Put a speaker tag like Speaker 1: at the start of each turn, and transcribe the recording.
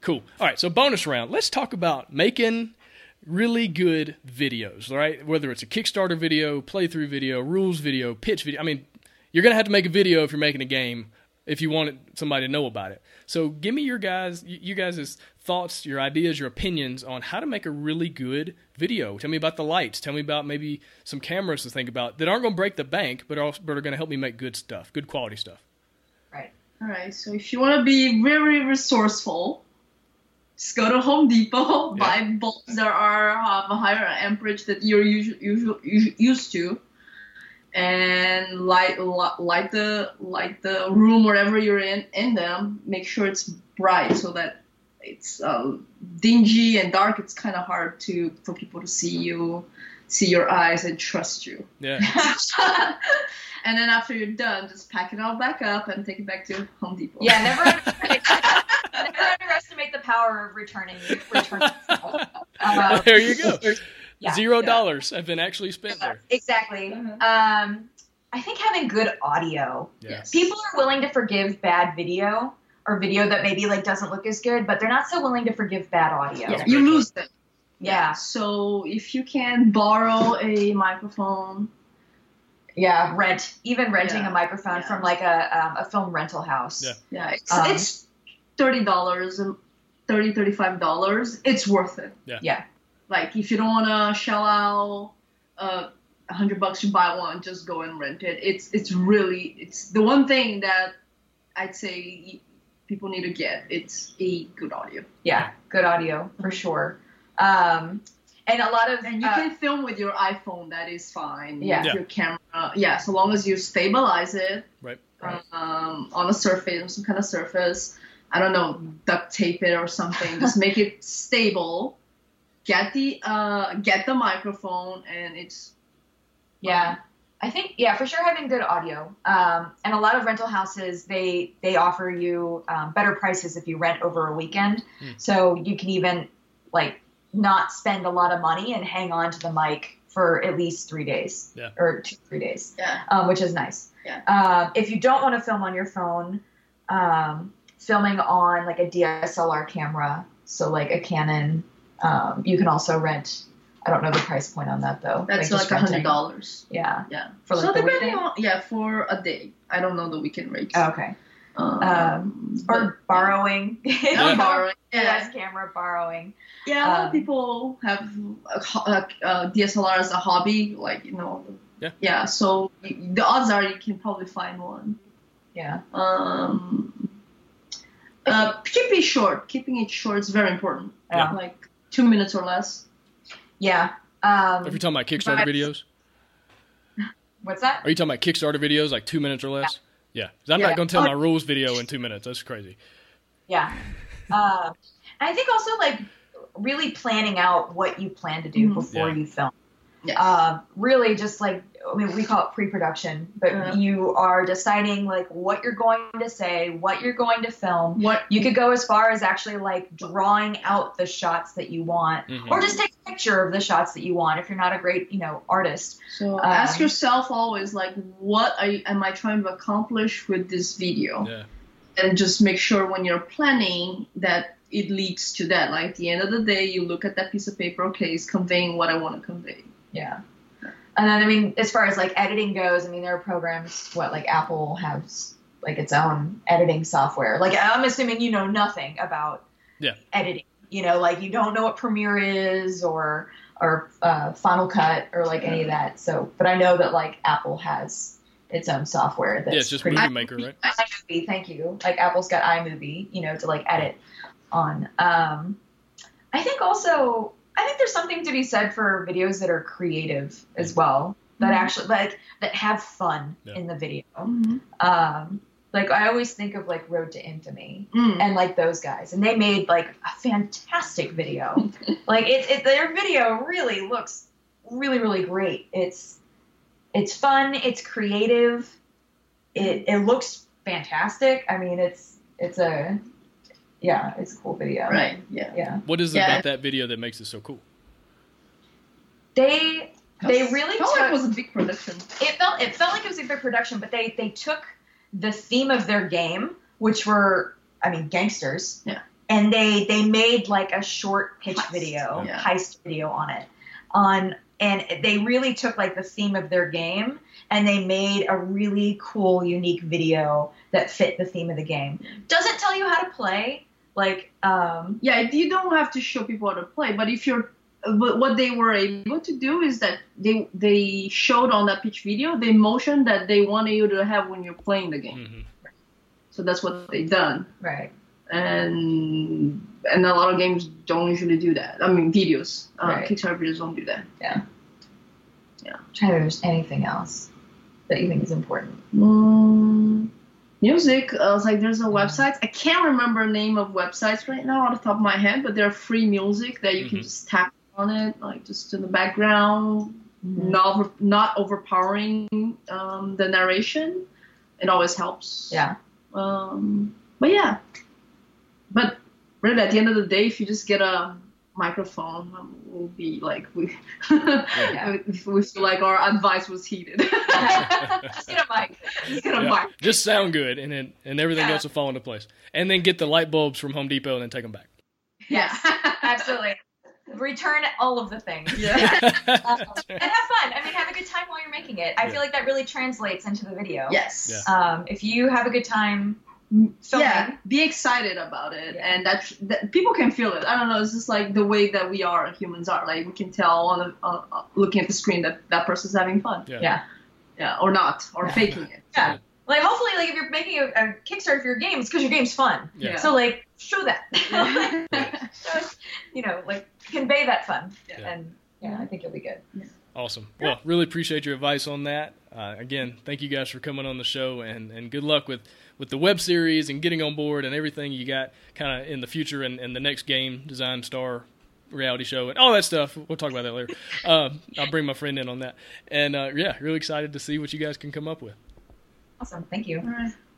Speaker 1: Cool. All right, so bonus round. Let's talk about making really good videos, all right? Whether it's a Kickstarter video, playthrough video, rules video, pitch video. I mean, you're going to have to make a video if you're making a game if you want somebody to know about it. So, give me your guys y- you guys' thoughts, your ideas, your opinions on how to make a really good video. Tell me about the lights, tell me about maybe some cameras to think about that aren't going to break the bank, but are, but are going to help me make good stuff, good quality stuff.
Speaker 2: Right.
Speaker 3: All right. So if you want to be very resourceful, just go to Home Depot,
Speaker 1: Yeah.
Speaker 3: buy bulbs that are of a higher amperage that you're usual, usual, usu- used to, and light li- light the light the room wherever you're in in them. Make sure it's bright so that it's uh, dingy and dark. It's kind of hard to for people to see you, see your eyes, and trust you
Speaker 1: Yeah.
Speaker 3: and then after you're done, just pack it all back up and take it back to Home Depot.
Speaker 2: Yeah, never underestimate, never underestimate the power of returning. returning stuff. Uh,
Speaker 1: there you go.
Speaker 2: yeah.
Speaker 1: Zero
Speaker 3: yeah.
Speaker 1: dollars have been actually spent there.
Speaker 2: Exactly.
Speaker 3: Mhm.
Speaker 2: Um, I think having good audio.
Speaker 1: Yeah.
Speaker 2: People are willing to forgive bad video or video that maybe like doesn't look as good, but they're not so willing to forgive bad audio.
Speaker 3: Yeah,
Speaker 1: That's
Speaker 3: you
Speaker 1: great.
Speaker 3: lose them.
Speaker 2: Yeah.
Speaker 3: So if you can borrow a microphone,
Speaker 2: Yeah, rent. Even renting
Speaker 3: Yeah.
Speaker 2: a microphone
Speaker 3: Yeah.
Speaker 2: from like a um, a film rental house.
Speaker 1: Yeah.
Speaker 3: yeah, it's
Speaker 2: Um,
Speaker 3: it's thirty dollars, thirty thirty five dollars. It's worth it.
Speaker 1: Yeah.
Speaker 2: Yeah.
Speaker 3: Like if you don't wanna shell out uh, a hundred bucks to buy one, just go and rent it. It's it's really it's the one thing that I'd say people need to get. It's a good audio.
Speaker 2: Yeah, good audio for sure. Um, and a lot of
Speaker 3: And you
Speaker 2: uh,
Speaker 3: can film with your iPhone, that is fine.
Speaker 2: Yeah.
Speaker 3: With
Speaker 1: Yeah.
Speaker 3: Your camera, yeah, so long as you stabilize it
Speaker 1: Right.
Speaker 3: um, on a surface, some kind of surface. I don't know, duct tape it or something. Just make it stable. Get the uh, get the microphone, and it's
Speaker 2: Yeah. I think yeah, for sure having good audio. Um, and a lot of rental houses they they offer you um, better prices if you rent over a weekend.
Speaker 1: Mm.
Speaker 2: So you can even like not spend a lot of money and hang on to the mic for at least three days
Speaker 1: Yeah.
Speaker 2: or two three days,
Speaker 3: yeah,
Speaker 2: um, which is nice.
Speaker 3: Yeah.
Speaker 2: Um, if you don't want to film on your phone, um, filming on like a DSLR camera, so like a Canon, um, you can also rent. I don't know the price point on that though.
Speaker 3: that's
Speaker 2: just
Speaker 3: like a hundred
Speaker 2: renting.
Speaker 3: dollars.
Speaker 2: Yeah.
Speaker 3: Yeah.
Speaker 2: For like
Speaker 3: so
Speaker 2: the
Speaker 3: depending
Speaker 2: weekend?
Speaker 3: on yeah for a day. I don't know the weekend rates.
Speaker 2: Oh, Okay.
Speaker 3: Um,
Speaker 2: Uh, Or
Speaker 3: but-
Speaker 2: borrowing.
Speaker 3: Yeah, borrowing. Yeah.
Speaker 2: US camera borrowing.
Speaker 3: Yeah, a lot
Speaker 2: Um,
Speaker 3: of people have a, ho- like uh, DSLR as a hobby, like you know.
Speaker 1: Yeah.
Speaker 3: So y- the odds are you can probably find one.
Speaker 2: Yeah.
Speaker 3: Um, uh, keep it short. Keeping it short is very important.
Speaker 2: Yeah.
Speaker 3: Like two minutes or less.
Speaker 2: Yeah. Um,
Speaker 1: If you're talking about Kickstarter
Speaker 2: But-
Speaker 1: videos,
Speaker 2: what's that?
Speaker 1: are you talking about Kickstarter videos like two minutes or less? Yeah, 'Cause I'm
Speaker 2: Yeah.
Speaker 1: not going to tell
Speaker 2: Oh.
Speaker 1: my rules video in two minutes. That's crazy.
Speaker 2: Yeah. Um, I think also like really planning out what you plan to do
Speaker 3: Mhm.
Speaker 2: before
Speaker 1: Yeah.
Speaker 2: you film.
Speaker 3: Yes.
Speaker 2: Uh, really just like I mean we call it pre-production, but
Speaker 3: Yeah.
Speaker 2: you are deciding like what you're going to say, what you're going to film.
Speaker 3: what?
Speaker 2: You could go as far as actually like drawing out the shots that you want,
Speaker 1: Mhm.
Speaker 2: or just take a picture of the shots that you want if you're not a great you know artist.
Speaker 3: So
Speaker 2: Um,
Speaker 3: ask yourself always, like, what are you, am I trying to accomplish with this video?
Speaker 1: Yeah,
Speaker 3: and just make sure when you're planning that it leads to that. Like at the end of the day, you look at that piece of paper. Okay, it's conveying what I want to convey.
Speaker 2: Yeah. And then I mean, as far as like editing goes, I mean there are programs what like Apple has like its own editing software. Like I'm assuming you know nothing about
Speaker 1: Yeah.
Speaker 2: editing. You know, like you don't know what Premiere is or or uh, Final Cut or like any of that. So, but I know that like Apple has its own software that's
Speaker 1: yeah, it's just
Speaker 2: pretty
Speaker 1: movie maker, right?
Speaker 2: iMovie, thank you. Like Apple's got iMovie, you know, to like edit on. Um, I think also, I think there's something to be said for videos that are creative as well. That
Speaker 3: Mhm.
Speaker 2: actually like that have fun
Speaker 1: Yeah.
Speaker 2: in the video.
Speaker 3: Mm-hmm.
Speaker 2: Um, like I always think of like Road to Infamy
Speaker 3: Mm.
Speaker 2: and like those guys, and they made like a fantastic video. like it, it, their video really looks really really great. It's it's fun. It's creative. It it looks fantastic. I mean, it's it's a yeah, it's a cool video.
Speaker 3: Right. Yeah.
Speaker 2: Yeah.
Speaker 1: What is it
Speaker 3: Yeah.
Speaker 1: about that video that makes it so cool?
Speaker 2: They They really
Speaker 3: felt like
Speaker 2: took-
Speaker 3: it was a big production.
Speaker 2: it felt it felt like it was a big production, but they they took the theme of their game, which were I mean gangsters,
Speaker 3: Yeah.
Speaker 2: and they they made like a short pitch
Speaker 3: Heist,
Speaker 2: video,
Speaker 3: yeah.
Speaker 2: heist video on it, on and they really took like the theme of their game and they made a really cool, unique video that fit the theme of the game. Doesn't tell you how to play, like um,
Speaker 3: yeah you don't have to show people how to play but if you're but what they were able to do is that they they showed on that pitch video the emotion that they wanted you to have when you're playing the game
Speaker 1: Mhm.
Speaker 3: so that's what they done
Speaker 2: right.
Speaker 3: and and a lot of games don't usually do that i mean videos uh,
Speaker 2: Right.
Speaker 3: kickstarter videos don't do that
Speaker 2: trying to think if there's anything else that you think is important.
Speaker 3: Mm, music i was like there's a website i can't remember name of websites right now off the top of my head but there are free music that you
Speaker 1: Mhm.
Speaker 3: can just tap on it like just in the background
Speaker 2: Mm-hmm.
Speaker 3: not over- not overpowering um, the narration. It always helps.
Speaker 2: Yeah.
Speaker 3: Um, but yeah. But really, at the end of the day, if you just get a microphone, um, we'll be like we, we, we feel like our advice was heeded.
Speaker 2: Just get a mic.
Speaker 3: just get a
Speaker 1: Yeah.
Speaker 3: mic.
Speaker 1: Just sound good, and then and everything
Speaker 2: Yeah.
Speaker 1: else will fall into place. And then get the light bulbs from Home Depot and then take them back.
Speaker 3: Yeah.
Speaker 2: Absolutely. Return all of the things.
Speaker 3: yeah.
Speaker 2: Um, and have fun. I mean, have a good time while you're making it. I
Speaker 1: Yeah.
Speaker 2: feel like that really translates into the video.
Speaker 3: Yes.
Speaker 1: Yeah.
Speaker 2: Um, if you have a good time filming,
Speaker 3: yeah be excited about it
Speaker 2: Yeah.
Speaker 3: and that, that people can feel it i don't know it's just like the way that we are humans are like we can tell on the, uh, uh, looking at the screen that that person's having fun
Speaker 1: Yeah.
Speaker 2: Yeah.
Speaker 3: yeah or not or
Speaker 2: Yeah.
Speaker 3: faking it
Speaker 2: yeah. Like, hopefully, like if you're making a, a Kickstarter for your game, it's because your game's fun.
Speaker 1: Yeah.
Speaker 2: So, like, show that.
Speaker 3: Yeah.
Speaker 2: Show us, you know, like, convey that fun.
Speaker 3: Yeah.
Speaker 2: And yeah, I think you'll be good.
Speaker 1: Awesome. Well, really appreciate your advice on that. Uh, again, thank you guys for coming on the show, and, and good luck with, with the web series and getting on board and everything you got kind of in the future and, and the next game design star reality show and all that stuff. We'll talk about that later. uh, I'll bring my friend in on that. And uh, yeah, really excited to see what you guys can come up with.
Speaker 2: Awesome. Thank you.
Speaker 3: All right.